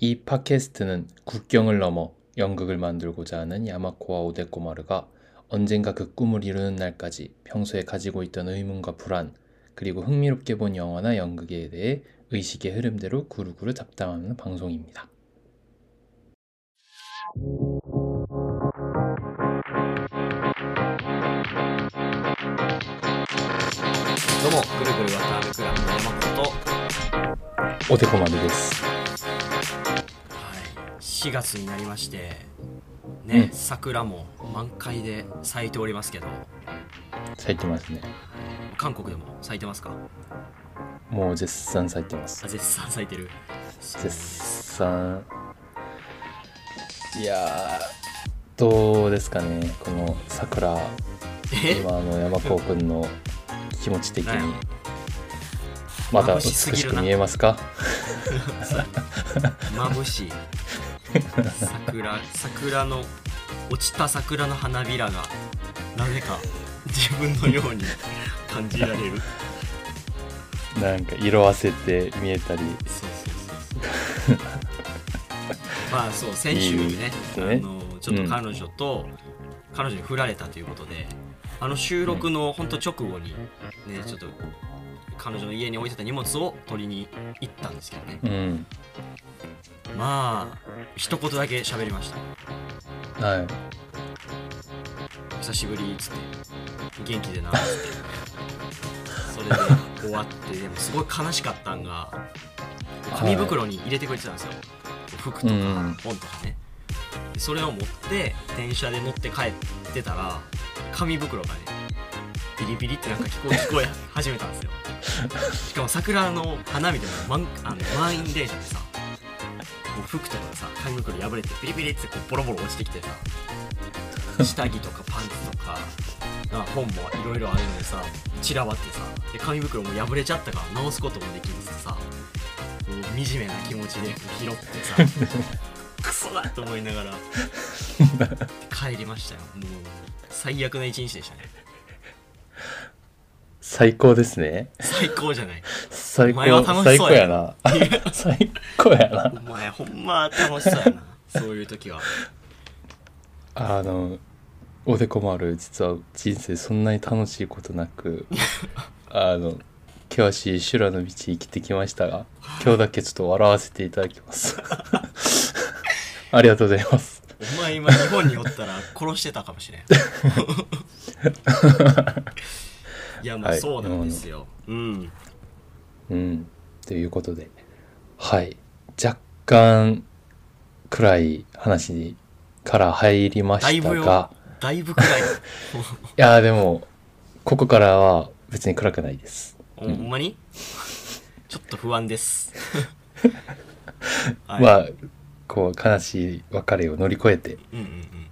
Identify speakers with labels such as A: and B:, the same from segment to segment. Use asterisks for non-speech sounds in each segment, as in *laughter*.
A: 이 팟캐스트는 국경을 넘어 연극을 만들고자 하는 야마코와 오데코마르가 언젠가 그 꿈을 이루는 날까지 평소에 가지고 있던 의문과 불안, 그리고 흥미롭게 본 영화나 연극에 대해 의식의 흐름대로 구루구루 잡담하는 방송입니다.
B: どうも、ぐるぐるわたあめクラブの山本と、は
A: 오데코마르 です。
B: い、4月になりまして、
A: うん
B: ね、桜も満開で咲いておりますけど、
A: 咲いてますね。
B: 韓国でも咲いてますか
A: もう絶賛咲いてます
B: あ、。絶賛咲いてる。そう
A: 絶賛。いやー、どうですかね、この桜。
B: え
A: 今の山高君の気持ち的
B: なん
A: に
B: や
A: まだ
B: 眩
A: 美
B: しす
A: し
B: ぎる
A: く
B: な
A: 見えますか
B: *laughs* 眩しい。桜、桜の、落ちた桜の花びらが、なぜか自分のように感じられる。
A: なんか色あせて見えたり
B: そうそうそうそう *laughs* まあそう先週
A: いいで
B: ね
A: す
B: あ
A: ね
B: のちょっと彼女と、彼女に振られたということであの収録のほんと直後にねちょっと彼女の家に置いてた荷物を取りに行ったんですけどね
A: うん
B: まあ一言だけ喋りました
A: はい
B: 「久しぶり」っつって「元気でな」
A: *laughs*
B: っつってそれで終わってでもすごい悲しかったんが紙袋に入れてくれてたんですよ服とか
A: うん
B: 本とかねでそれを持って電車で乗って帰ってたら紙袋がねビリビリってなんか聞こえ *laughs* 聞こえ始めたんですよしかも桜の花みたいな満あの満員電車でさもう服とかさ紙袋破れてビリビリってこうボロボロ落ちてきてさ下着とかパンツとかな本もいろいろあるのでさ散らばってさで紙袋も破れちゃったから直すこともできずさこう惨めな気持ちで拾ってさクソだと思い
A: *laughs*
B: ながら帰りましたよもう最悪な一日でしたね
A: 最高ですね
B: 最高じゃない
A: 最
B: お前は
A: 高
B: 楽し
A: 最
B: そ
A: 高
B: うや
A: やな最高やな
B: お前ほんま楽しそうやなそういう時は
A: あのおでこ丸実は人生そんなに楽しいことな
B: *laughs*
A: くあの険しい修羅の道生きてきましたが今日だけちょっと笑わせていただきます
B: *laughs*
A: ありがとうございます
B: お前今日本におったら殺してたかもし
A: *laughs*
B: れんいやまあ
A: はい
B: そうなんですよ、うん
A: うん、ということで、はい、若干暗い話から入りま
B: だい
A: した
B: ぶ
A: が
B: よ、だいぶくらい
A: いやーでもここからは別に暗くないです。
B: ほんまにちょっと不安です
A: *laughs*
B: はい
A: まあこう悲しい別れを乗り越えて
B: うんうんうん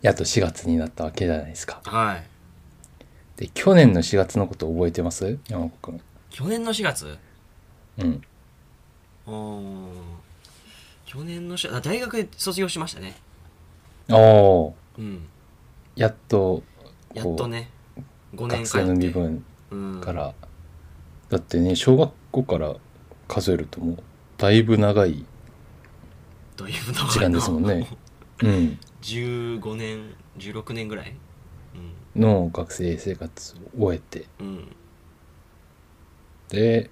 A: やっと4月になったわけじゃないですか。
B: はい
A: で去年の4月のこと覚えてます山子くん。
B: 去年の4月
A: うん、
B: うーん去年の4月あ大学で卒業しましたね
A: おお
B: うん
A: やっと
B: やっとね5
A: 学
B: 年間
A: 生の身分
B: うん、
A: から、だってね小学校から数えるともうだいぶ長い
B: というのが
A: 時間ですもん
B: *laughs*
A: ね。うん、
B: 15年16年ぐらいうん
A: の学生生活を終えて
B: うん
A: で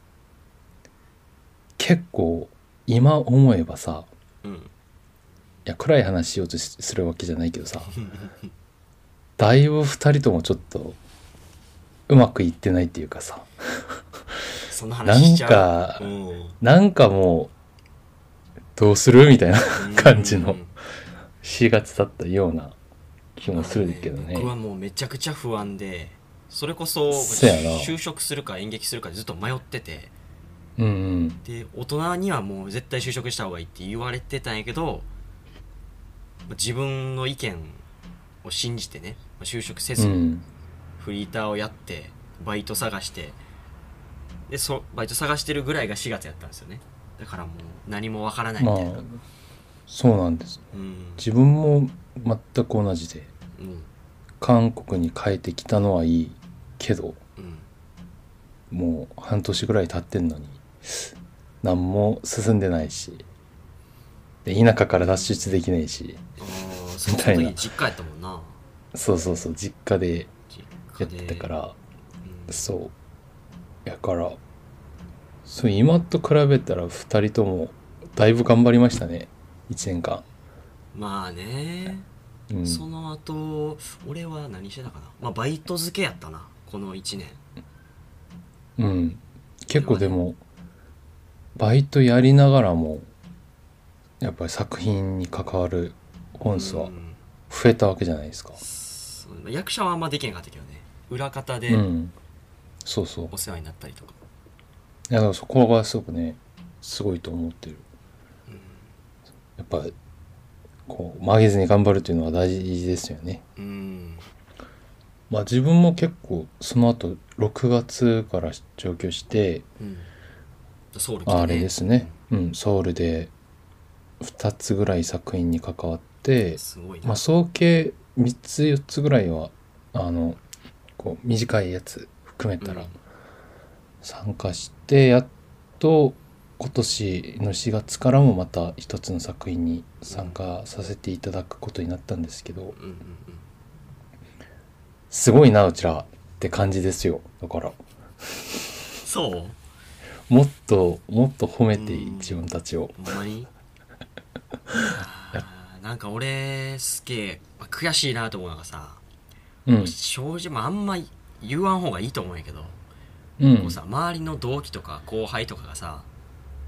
A: 結構今思えばさ
B: うん
A: いや暗い話しようとしするわけじゃないけどさだいぶ2人ともちょっとうまくいってないっていうかさ
B: その
A: な
B: 話し
A: ん
B: ちゃう
A: か
B: うん
A: なんかもうどうするみたいな感じの
B: うん
A: 4月だったような気もするけどね
B: 僕はもうめちゃくちゃ不安でそれこそ
A: そやな
B: 就職するか演劇するかずっと迷ってて
A: うんうん
B: で大人にはもう絶対就職した方がいいって言われてたんやけど自分の意見を信じてね就職せ
A: う
B: ず、
A: ん
B: フリーターをやってバイト探してでそバイト探してるぐらいが4月やったんですよねだからもう何もわからないみ
A: まあ
B: たいな、
A: そうなんです
B: うん、
A: 自分も全く同じで
B: うん
A: 韓国に帰ってきたのはいいけど
B: うん
A: もう半年ぐらい経ってんのに何も進んでないしで田舎から脱出できないし
B: あーそうその時実家やったもんな
A: そうそうそう実家で
B: 実
A: や
B: 家
A: っ
B: で
A: てたから
B: うん
A: そうやからそう今と比べたら2人ともだいぶ頑張りましたね1年間、
B: まあね、
A: うん、
B: その後俺は何してたかなまあバイト漬けやったなこの1年
A: うん結構でもバイトやりながらもやっぱり作品に関わる本数は
B: うん
A: 増えたわけじゃないですか
B: そうまあ役者はあんまできへんかったけどね裏方
A: う
B: で
A: んそうそう
B: お世話になったりとか、
A: いやだからそこがすごくねすごいと思ってるやっぱこう曲げずに頑張るっていうのは大事ですよね
B: うん、うん
A: まあ自分も結構その後6月から上京して
B: うんソウル来たね
A: あれですね、うん、ソウルで2つぐらい作品に関わって
B: すごいな、
A: まあ、総計3つ4つぐらいはあのこう短いやつ含めたら
B: うん
A: 参加して、やっと今年の4月からもまた一つの作品に参加させていただくことになったんですけど
B: うんうんうん
A: すごいなうちらって感じですよだから
B: そう
A: もっともっと褒めて
B: うん
A: 自分たちを、
B: ほん
A: *laughs*
B: まにあーなんか俺すげえ、まあ悔しいなと思うのがさ、
A: うん
B: 正直、まあ、あんま言わん方がいいと思うんやけど、
A: うん
B: こうさ周りの同期とか後輩とかがさ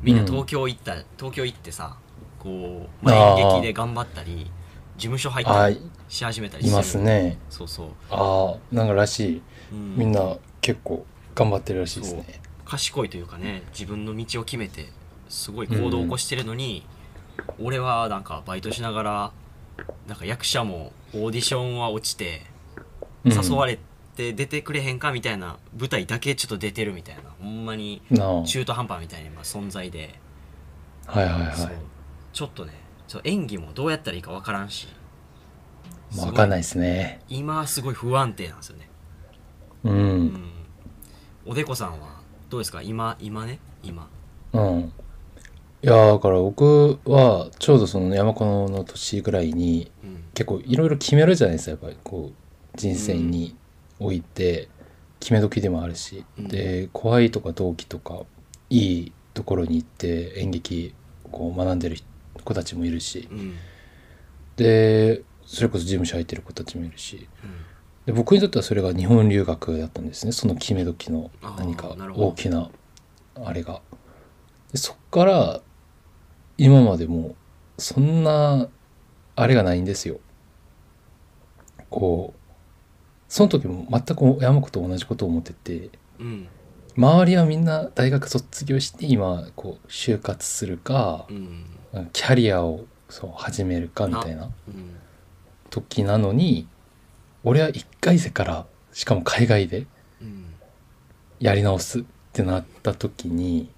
B: みんな東京行った、東京行ってさこう、まあ
A: あー
B: 演劇で頑張ったり事務所入った
A: あ
B: り
A: い
B: し始めたりしてる
A: ますね
B: そうそう、
A: ああなんからしい
B: うん
A: みんな結構頑張ってるらしいですね
B: 賢いというかね自分の道を決めてすごい行動を起こしてるのに、俺はなんかバイトしながらなんか役者もオーディションは落ちて誘わ
A: れ
B: れて出てくれへんかみたいな舞台だけちょっと出てるみたいなほんまに
A: なあ
B: 中途半端みたいな今存在で、
A: はいはいは
B: そう
A: い
B: ちょっとねそう演技もどうやったらいいか分からんし
A: まあ、わかんない
B: い
A: ですね。
B: 今はすごい不安定なんですよね、
A: う。
B: うんん、おでこさんはどうですか今今ね今
A: うん。いやーだから僕はちょうどその山子の年ぐらいに
B: うん
A: 結構いろいろ決めるじゃないですかやっぱりこう人生において決め時でもあるし、
B: うん
A: で怖いとか同期とかいいところに行って演劇こう学んでる子たちもいるし
B: うんうん
A: でそれこそ事務所入ってる子たちもいるしで僕にとってはそれが日本留学だったんですねその決め時の何
B: あ
A: か
B: ーなるほど
A: 大きなあれがでそっから今までもうそんなあれがないんですよこうその時も全く山子と同じことを思ってて
B: うん
A: 周りはみんな大学卒業して今こう就活するか
B: うん
A: キャリアをそう始めるかみたいな
B: うん
A: 時なのに俺は1回生からしかも海外で
B: うん
A: やり直すってなった時に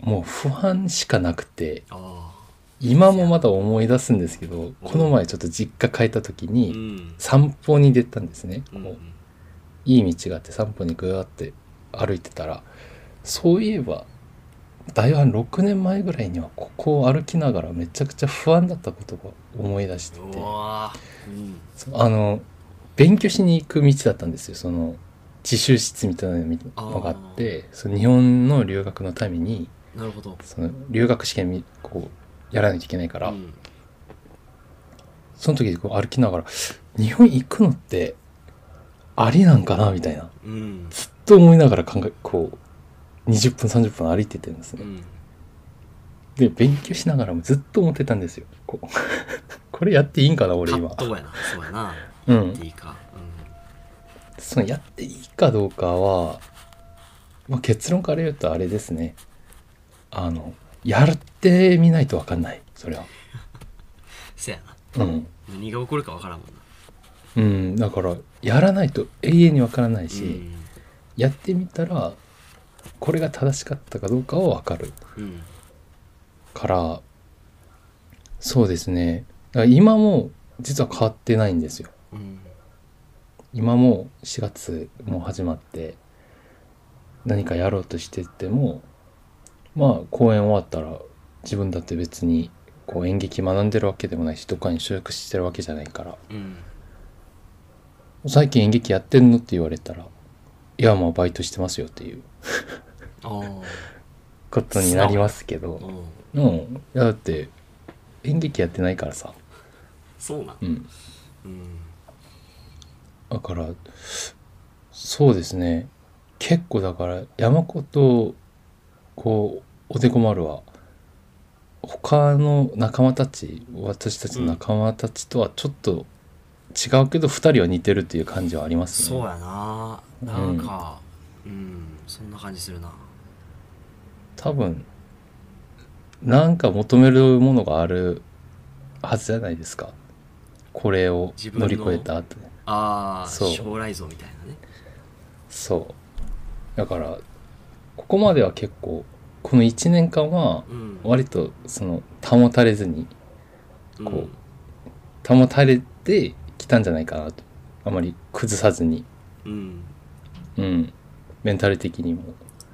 A: もう不安しかなくて
B: あ
A: 今もまだ思い出すんですけどこの前ちょっと実家帰った時
B: あう
A: に
B: ん
A: 散歩に出たんですね、
B: うん
A: こういい道があって散歩にぐわって歩いてたらそういえば大半6年前ぐらいにはここを歩きながらめちゃくちゃ不安だったことが思い出してて
B: うわーうん
A: そうあの勉強しに行く道だったんですよその自習室みたいなのがあってその日本の留学のために
B: なるほど
A: その留学試験みこうやらないといけないから、
B: うん
A: その時こう歩きながら日本行くのってありなんかなみたいな
B: うん
A: ずっと思いながら考えこう20分30分歩いててんです
B: う
A: ね
B: ん
A: で勉強しながらもずっと思ってたんですよこう *laughs* これやっていいんかな俺
B: 葛
A: 今
B: 藤やなそうやな
A: うん
B: いいか
A: そのやっていいかどうかは、まあ、結論から言うとあれですねあのやってみないと分かんないそれは
B: せやな
A: うん、
B: 何が起こるかわからんもんな
A: うん、だからやらないと永遠に分からないし、
B: うん
A: やってみたらこれが正しかったかどうかは分かる
B: うん
A: からそうですねだから今も実は変わってないんですよ
B: うん
A: 今も4月も始まって何かやろうとしててもまあ公演終わったら自分だって別にこう演劇学んでるわけでもないしどっかに所属してるわけじゃないから
B: うん
A: 「最近演劇やってんの?」って言われたら「いやまあバイトしてますよ」っていう
B: ああ
A: ことになりますけど
B: う。ん
A: うん、いやだって演劇やってないからさ、
B: そうなん
A: うん、
B: うん
A: だからそうですね結構だから山子とこうおでこ丸は他の仲間たち私たちの仲間たちとはちょっと違うけど2人は似てるっていう感じはありますね
B: そうやななんかうん、そんな感じするな
A: 多分なんか求めるものがあるはずじゃないですかこれを乗り越えた後
B: ああ
A: そう
B: 将来像みたいなね
A: そうだからここまでは結構この1年間は
B: うん
A: 割とその保たれずに
B: うん
A: こ保たれてきたんじゃないかなとあまり崩さずに
B: うん
A: うんメンタル的にも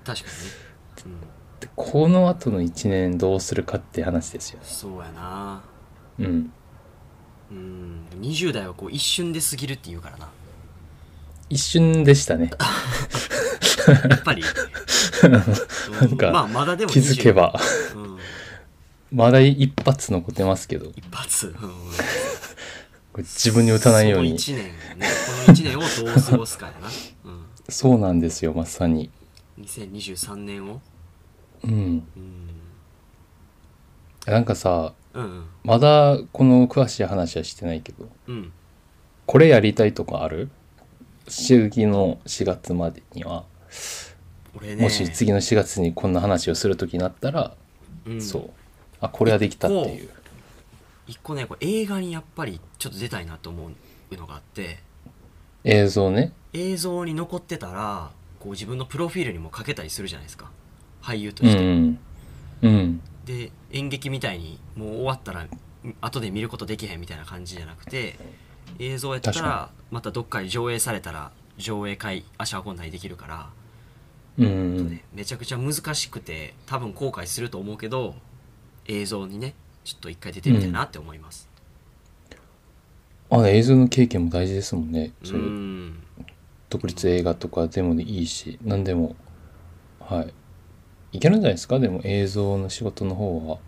B: 確かにね、
A: でこの後の1年どうするかって話ですよ
B: うん、そうやな
A: うん
B: うん20代はこう一瞬で過ぎるって言うからな
A: 一瞬でしたね
B: やっぱ *laughs* り
A: なんか
B: まあまだでも
A: 気づけば
B: 20、うん、
A: まだ一発残ってますけど
B: 一発、うん
A: これ自分に打たないように
B: その1年ねこの1年をどう過ごすかやな、う
A: そうなんですよまさに
B: ん、2023年を
A: うん
B: うん
A: なんかさ
B: うん
A: まだこの詳しい話はしてないけど
B: うん
A: これやりたいとかある次の4月までには、
B: 俺ね
A: もし次の4月にこんな話をする時になったら、
B: うん
A: そうあこれはできたっていう
B: 一個ねこれ映画にやっぱりちょっと出たいなと思うのがあって
A: 映像ね
B: 映像に残ってたらこう自分のプロフィールにも書けたりするじゃないですか俳優と
A: うん
B: して、
A: うんうん
B: で演劇みたいにもう終わったらん後で見ることできへんみたいな感じじゃなくて映像やった
A: 確
B: らまたどっかに上映されたら上映会足運んだりできるから、
A: うんう
B: ちょっと
A: ん
B: ね、めちゃくちゃ難しくて多分後悔すると思うけど映像にねちょっと一回出てみたいなって思います、
A: あの映像の経験も大事ですもんね
B: う
A: そういうん独立映画とかでもいいし何でもはいいけるんじゃないですかでも映像の仕事の方は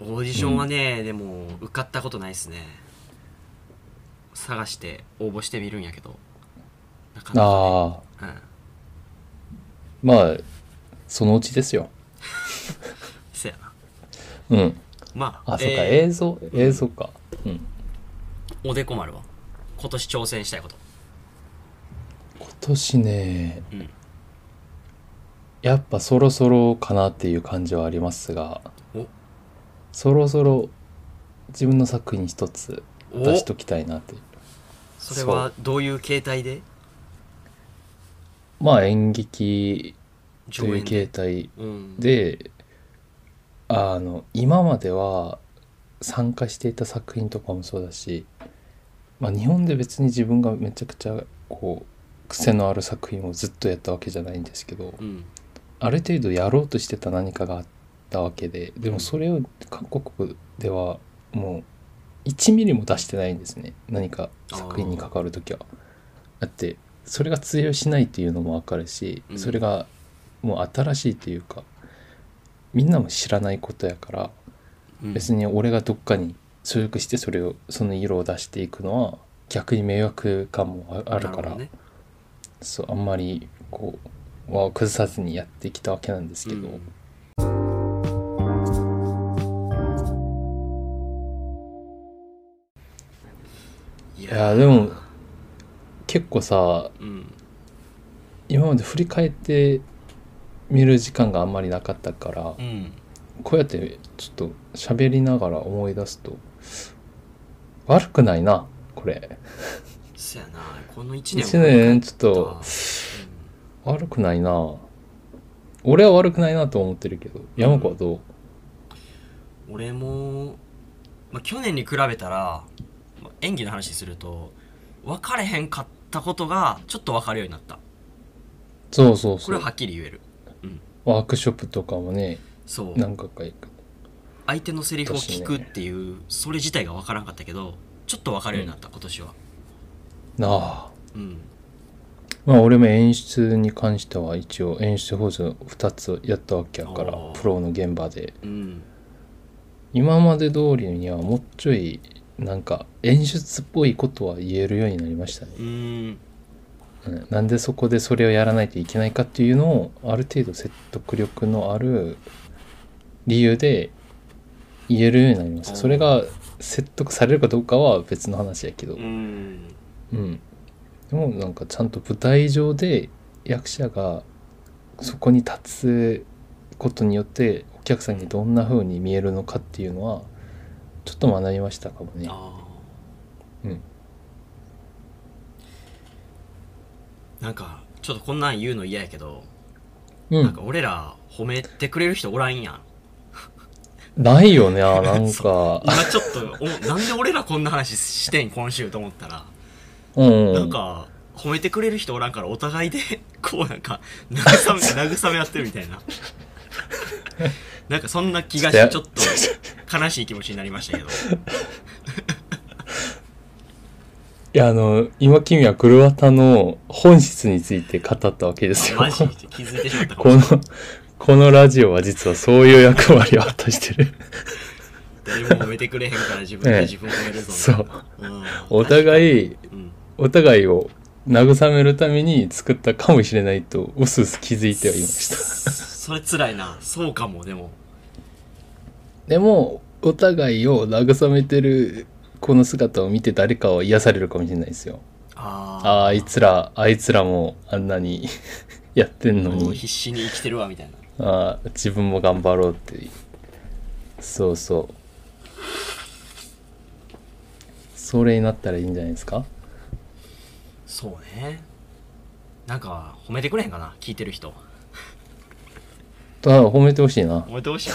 B: オーディションはね、でも受かったことないですね探して応募してみるんやけどなかなか、
A: ああ
B: ねうん、
A: まあそのうちですよ
B: せやな
A: うん
B: まあ
A: あ、そっか
B: えー
A: 映像映像かうん
B: おでこ丸は今年挑戦したいこと
A: 今年ね、
B: うん
A: やっぱそろそろかなっていう感じはありますが
B: お
A: そろそろ自分の作品一つ出
B: お
A: しときたいなっていう
B: それはどういう形態で
A: まあ演劇と
B: 上
A: い
B: 演
A: う形
B: で
A: 態
B: うん、
A: であの今までは参加していた作品とかもそうだし、まあ、日本で別に自分がめちゃくちゃこう癖のある作品をずっとやったわけじゃないんですけど、
B: うん、
A: ある程度やろうとしてた何かがあったわけでで
B: う
A: も
B: ん
A: それを韓国ではもう1ミリも出してないんですね何か作品に関わる時は。だってそれが通用しないっていうのも分かるし、
B: うん
A: それがもう新しいというかみんなも知らないことやから
B: うん、
A: 別に俺がどっかに所属してそれをその色を出していくのは逆に迷惑感もああるか
B: な
A: ら
B: ほどね
A: そうあんまりこうは崩さずにやってきたわけなんですけど、
B: うんい
A: いやーでも結構さ
B: うん
A: 今まで振り返って見る時間があんまりなかったから、
B: うん
A: こうやってちょっと喋りながら思い出すと悪くないなこれ
B: そやなこの1年
A: 1年ちょっと悪くないな俺は悪くないなと思ってるけど山子はどう
B: うん俺も、まあ、去年に比べたら、まあ、演技の話すると分かれへんかったことがちょっと分かるようになった
A: そうそう
B: こ
A: そ
B: れは
A: う
B: はっきり言える
A: ワークショップとかもね
B: そう
A: 何回か行く
B: 相手のセリフを聞くっていうそれ自体が分からんかったけどちょっと分かるようになった今年は
A: なあ
B: うん
A: まあ俺も演出に関しては一応演出補助2つやったわけやから
B: おー
A: プロの現場で
B: うん
A: 今まで通りにはもうちょいなんか演出っぽいことは言えるようになりましたね、
B: うん
A: うんなんでそこでそれをやらないといけないかっていうのをある程度説得力のある理由で言えるようになりまし
B: お
A: た
B: ー
A: それが説得されるかどうかは別の話やけど
B: うん
A: うん、でもなんかちゃんと舞台上で役者がそこに立つことによってお客さんにどんな風に見えるのかっていうのはちょっと学びましたかもね。
B: ああ
A: うん
B: なんかちょっとこんなん言うの嫌やけど、
A: う
B: なん
A: ん
B: か、俺ら褒めてくれる人おらんやん
A: ないよね
B: *laughs*
A: あなんか
B: 今ちょっと
A: *laughs*
B: おなんで俺らこんな話してん今週と思ったら、
A: うん
B: なんか褒めてくれる人おらんからお互いで *laughs* こうなんか慰め慰め合ってるみたいななんかそんな気がしてち
A: ち
B: ょ
A: ょ
B: っ
A: っ
B: と悲しい気持ちになりま
A: *laughs*
B: したけど
A: いやあの今君は黒綿の本質について語ったわけですよ
B: マ。ジで気づいてしまったかも
A: *laughs* このこのラジオは実はそういう役割を果たしてる。
B: 誰も褒めてくれへんから自分で自分を褒めるぞ、
A: そう。
B: うん
A: お互い
B: うん
A: お互いを慰めるために作ったかもしれないとうすうす気づいてはいました
B: それ辛いなそうかもでも
A: でもお互いを慰めてるこの姿を見て誰かは癒されるかもしれないですよ
B: あー
A: ああいつらあいつらもあんなに *laughs* やってんの
B: もう
A: に
B: 必死に生きてるわみたいな
A: あー自分も頑張ろうっていうそうそうそれになったらいいんじゃないですか
B: そうねなんか褒めてくれへんかな聞いてる人
A: あー褒めてほしいな
B: 褒めてほしい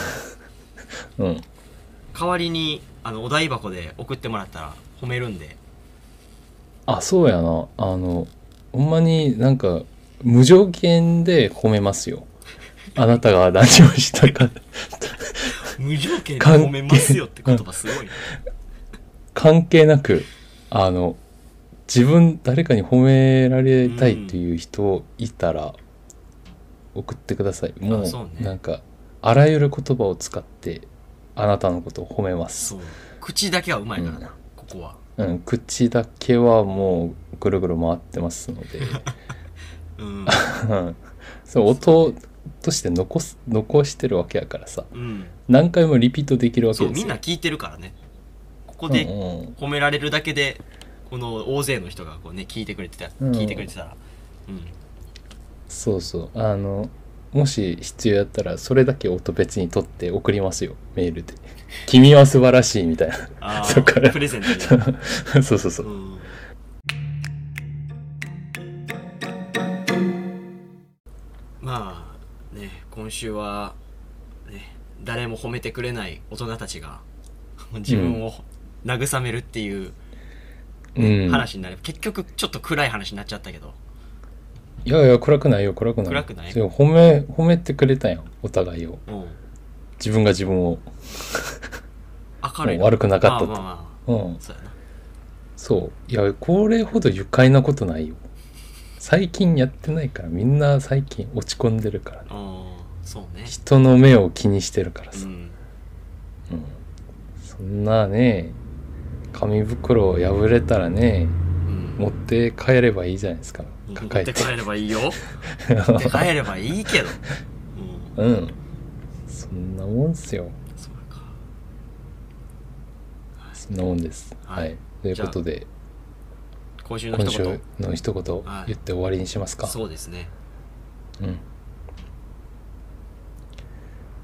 B: な
A: うん
B: 代わりにあのお台箱で送ってもらったら褒めるんで
A: あそうやなあのほんまになんか無条件で褒めますよあなたが何をしたか
B: 無条件で褒めますよって言葉すごいな
A: 関係なくあの自分誰かに褒められたいという人いたら送ってください、も
B: あそうね
A: うなんかあらゆる言葉を使ってあなたのことを褒めます、
B: そう口だけはうまいからな、
A: う
B: ここは
A: うん、口だけはもうぐるぐる回ってますので
B: うん
A: うんそう音として残す残してるわけやからさ
B: うん
A: 何回もリピートできるわけ
B: そう
A: です
B: み
A: よ
B: んな聞いてるからねここ
A: う
B: で
A: んうん
B: 褒められるだけでこの大勢の人がこうね聞いてくれてた、
A: うん
B: 聞いてくれてたらうん
A: そうそうあのもし必要やったらそれだけ音別に取って送りますよメール
B: *laughs*
A: で「君は素晴らしい」みたい
B: あ
A: そっから
B: ープレゼントに
A: な *laughs* そうそうそううん
B: まあね今週は、ね、誰も褒めてくれない大人たちが *laughs* 自分を慰めるっていう
A: うん
B: 話になる、結局ちょっと暗い話になっちゃったけど
A: いやいや暗くないよ暗くない
B: 暗くない
A: それ褒め褒めてくれたやんお互いを
B: うん
A: 自分が自分を
B: 明るい
A: もう悪くなかった
B: ま
A: と
B: あまあま
A: うん
B: あそうやな
A: そういやこれほど愉快なことないよ最近やってないからみんな最近落ち込んでるからね
B: うんそうね
A: 人の目を気にしてるから
B: う
A: さ、
B: ん
A: うんそんなね紙袋を破れたらね
B: うん
A: 持って帰ればいいじゃないですか
B: 持
A: 抱
B: っ
A: え
B: て
A: て
B: 帰ればい *laughs* いよ持って帰ればいいけど、う
A: う
B: ん、
A: んそんなもんっすよ
B: そうか
A: そんなもんです
B: は
A: はいい、ということで
B: 今週の
A: 今
B: 一
A: 週
B: 言
A: の一言
B: はい
A: 言って終わりにしますか、
B: そうですね
A: うん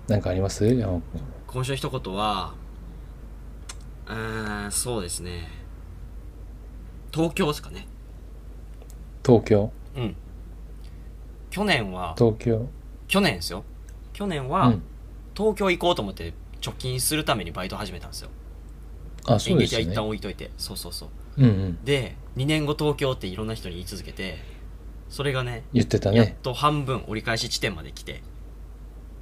A: なんかあります山本君
B: 今週の一言はうーんそうですね東京ですかね
A: 東京
B: うん去年は
A: 東京
B: 去年ですよ去年
A: う
B: は
A: ん
B: 東京行こうと思って貯金するためにバイト始めたんですよ
A: あそ
B: 演
A: うで
B: 劇
A: す
B: は
A: よ
B: 一
A: ね
B: 旦置いといてそうそうそう
A: うんうん
B: で2年後東京っていろんな人に言い続けてそれがね
A: 言ってた
B: やっ
A: ね
B: と半分折り返し地点まで来て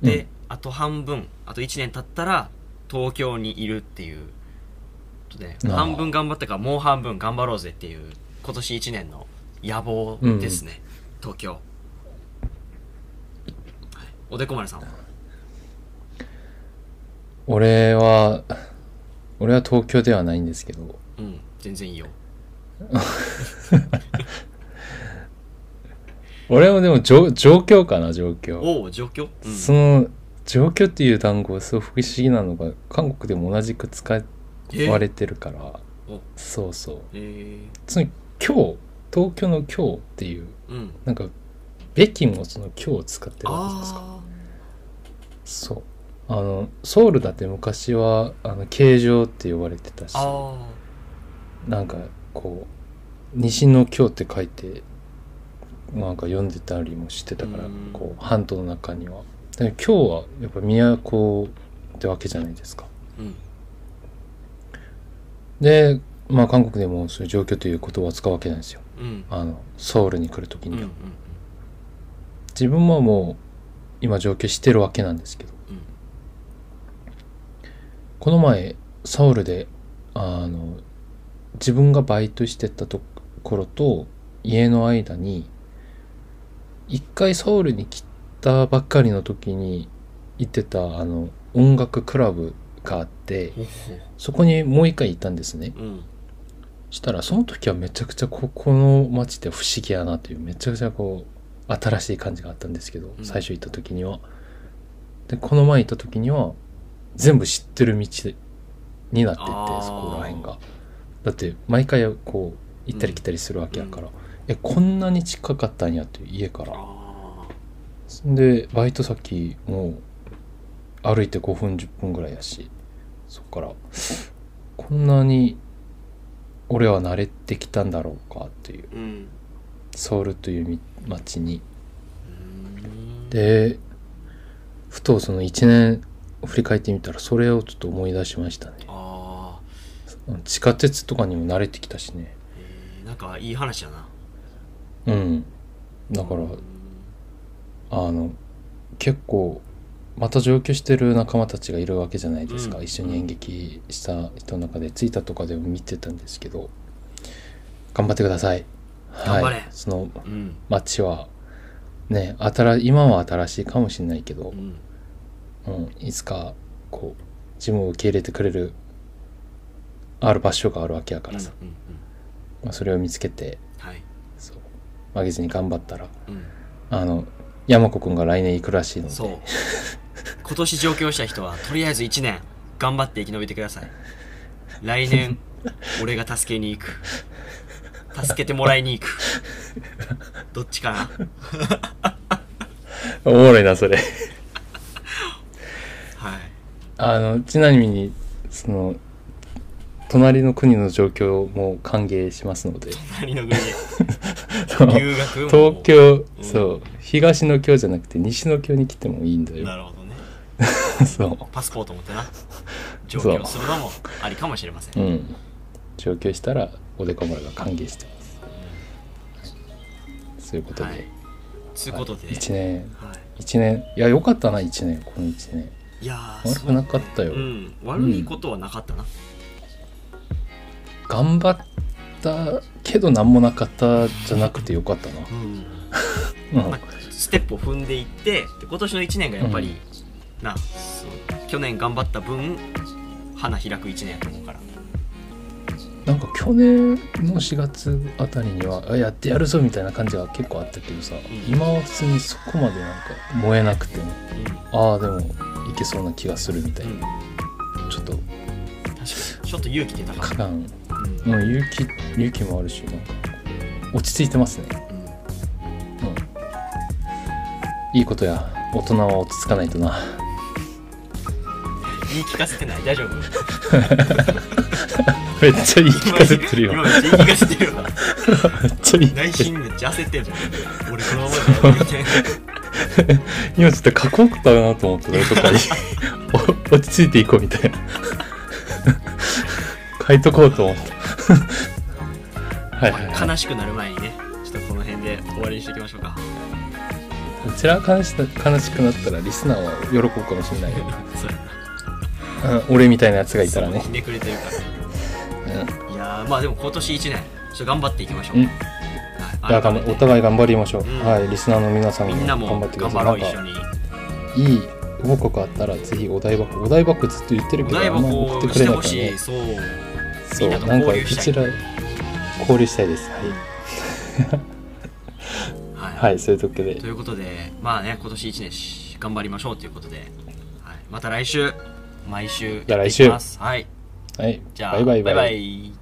B: で、
A: うん
B: あと半分あと1年経ったら東京にいるっていうちょっとね
A: あー
B: 半分頑張ったからもう半分頑張ろうぜっていう今年1年の野望ですね、東京、はい、おでこ丸さんは
A: 俺は俺は東京ではないんですけど
B: うん全然いいよ
A: 俺はでも状状況かな状況、
B: おお状況、うん、
A: その状況っていう単語がすごく不思議なのが韓国でも同じく使
B: え
A: われてるから
B: お
A: そうそう
B: えー、
A: つまり今日東京の今日っていう
B: うん
A: なんか北京もその今日を使ってるわけじゃないですか
B: あ
A: そうあのソウルだって昔はあの形状って呼ばれてた
B: ー
A: し
B: あ
A: なんかこう西の京って書いてなんか読んでたりもしてたから
B: うん
A: こう半島の中にはだから京はやっぱ都ってわけじゃないですか
B: ーうん
A: でまあ韓国でもそういう状況という言葉を使うわけなんですよ
B: うん
A: あのソウルに来る時
B: うんう
A: に
B: ん
A: は、自分ももう今上京してるわけなんですけど
B: うん
A: この前ソウルであの自分がバイトしてたところと家の間に一回ソウルに来たばっかりの時に行ってたあの音楽クラブがあって
B: ほ
A: そこにもう一回行ったんですね
B: ほうん
A: したらその時はめちゃくちゃここの街って不思議やなというめちゃくちゃこう新しい感じがあったんですけど
B: うん
A: 最初行った時にはでこの前行った時には全部知ってる道になっててそ
B: あー
A: こら辺がだって毎回こう行ったり来たりするわけやから、えこんなに近かったんやっていう家から
B: あ
A: でバイト先もう歩いて5分10分ぐらいやしそっからこんなに俺は慣れてきたんだろうかっていう
B: ーうん
A: ソウルという街に
B: うーん
A: でふとその1年振り返ってみたらそれをちょっと思い出しましたね
B: ああ
A: 地下鉄とかにも慣れてきたしね
B: えーなんかいい話やな
A: うんだから
B: うん
A: あの結構また上京してる仲間たちがいるわけじゃないですか、
B: うん
A: 一緒に演劇した人の中でツイッターとかでも見てたんですけど頑張ってください
B: 頑張れ
A: はい、その
B: うん
A: 街はね新今は新しいかもしれないけど
B: う、ん
A: うん、いつかこう自分を受け入れてくれるある場所があるわけやからさ、
B: うんうんうん
A: まあ、それを見つけて
B: はい
A: そう負けずに頑張ったら
B: うん
A: あの山子くんが来年行くらしいので
B: そう今年上京した人はとりあえず1年頑張って生き延びてください
A: *laughs*
B: 来年俺が助けに行く助けてもらいに行くどっちかな
A: おもろいなそれ
B: はい
A: あのちなみにその隣の国の状況も歓迎しますので
B: 何の国へ
A: その
B: 留学も
A: 東京、
B: うん
A: そう東の京じゃなくて西の京に来てもいいんだ
B: な
A: よ
B: るほど
A: *laughs*
B: ね
A: そ
B: パスポート持ってな上
A: そう
B: 京するのもありかもしれません
A: ううん上京したらおでこ丸が歓迎してます、そういうことで、
B: は
A: はい
B: ということで、
A: 1年
B: はい
A: 1年いやよかったな1年この1年
B: いやー
A: 悪くなかったよ
B: そうねうん、悪いことはなかったな、
A: 頑張ったけど何もなかったじゃなくてよかったな
B: うん
A: うん、
B: まあ、ステップを踏んでいってで今年の1年がやっぱり、なそう去年頑張った分花開く1年やと思うから
A: なんか去年の4月あたりにはあやってやるぞみたいな感じが結構あったけどさ、
B: ん
A: 今は普通にそこまでなんか燃えなくてもああでもいけそうな気がするみた
B: う
A: い
B: ん、
A: な、
B: うん、確
A: ちょっと
B: かにちょっと勇気出たか
A: 果
B: ら、
A: 敢も
B: うん
A: う勇気勇気もあるしなんか落ち着いてますね
B: うん
A: いいことや大人は落ち着かないとな *laughs*
B: 言い聞かせてない大丈夫
A: めっちゃ言い聞かせてるよ
B: 今
A: め
B: めっちゃ *laughs* 言い聞かせてるわ
A: っちゃ言い
B: 内心めっちゃ焦ってるじゃん俺このままじゃやばいみたいな
A: 今ちょっとかっこよかったなと思ったねとか
B: *laughs*
A: にお落ち着いていこうみたいな書いとこうと思ったはいはい、はい
B: 悲しくなる前にねちょっとこの辺で終わりにしていきましょう *laughs* か
A: こちらが悲し悲しくなったらリスナーは喜ぶかもしれないよ
B: そうやな
A: うん、俺みたいなやつがいたら
B: すごい
A: ね
B: ひねくれてるから、いやーまあでも今年1年ちょっと頑張っていきましょう、
A: うん
B: はい
A: だから
B: 改めて
A: お互い頑張りましょう、
B: うん
A: はいリスナーの皆さん
B: みんな
A: も
B: も
A: 頑張ってくだ
B: 頑
A: さ
B: 張
A: い
B: ろう
A: なん
B: 一緒
A: か
B: に
A: いいご報告あったらぜひお台箱お台箱ずっと言ってる
B: お
A: けど
B: 台
A: あんま送
B: 箱を
A: ってく
B: し
A: れ
B: て
A: ない
B: ほ
A: から
B: し
A: ね
B: いそう
A: そう
B: み
A: なんん
B: なと
A: かこ
B: 交流した
A: ち
B: い
A: ら交流したいですはい、
B: はい、
A: はい、そういうとこで
B: ということでまあね今年1年し頑張りましょうということで、はい、また来週毎週
A: じゃあ
B: や
A: 来
B: ってい
A: 週
B: きますはい
A: はい
B: じゃあ
A: 哎バイバイバイ
B: バイバイ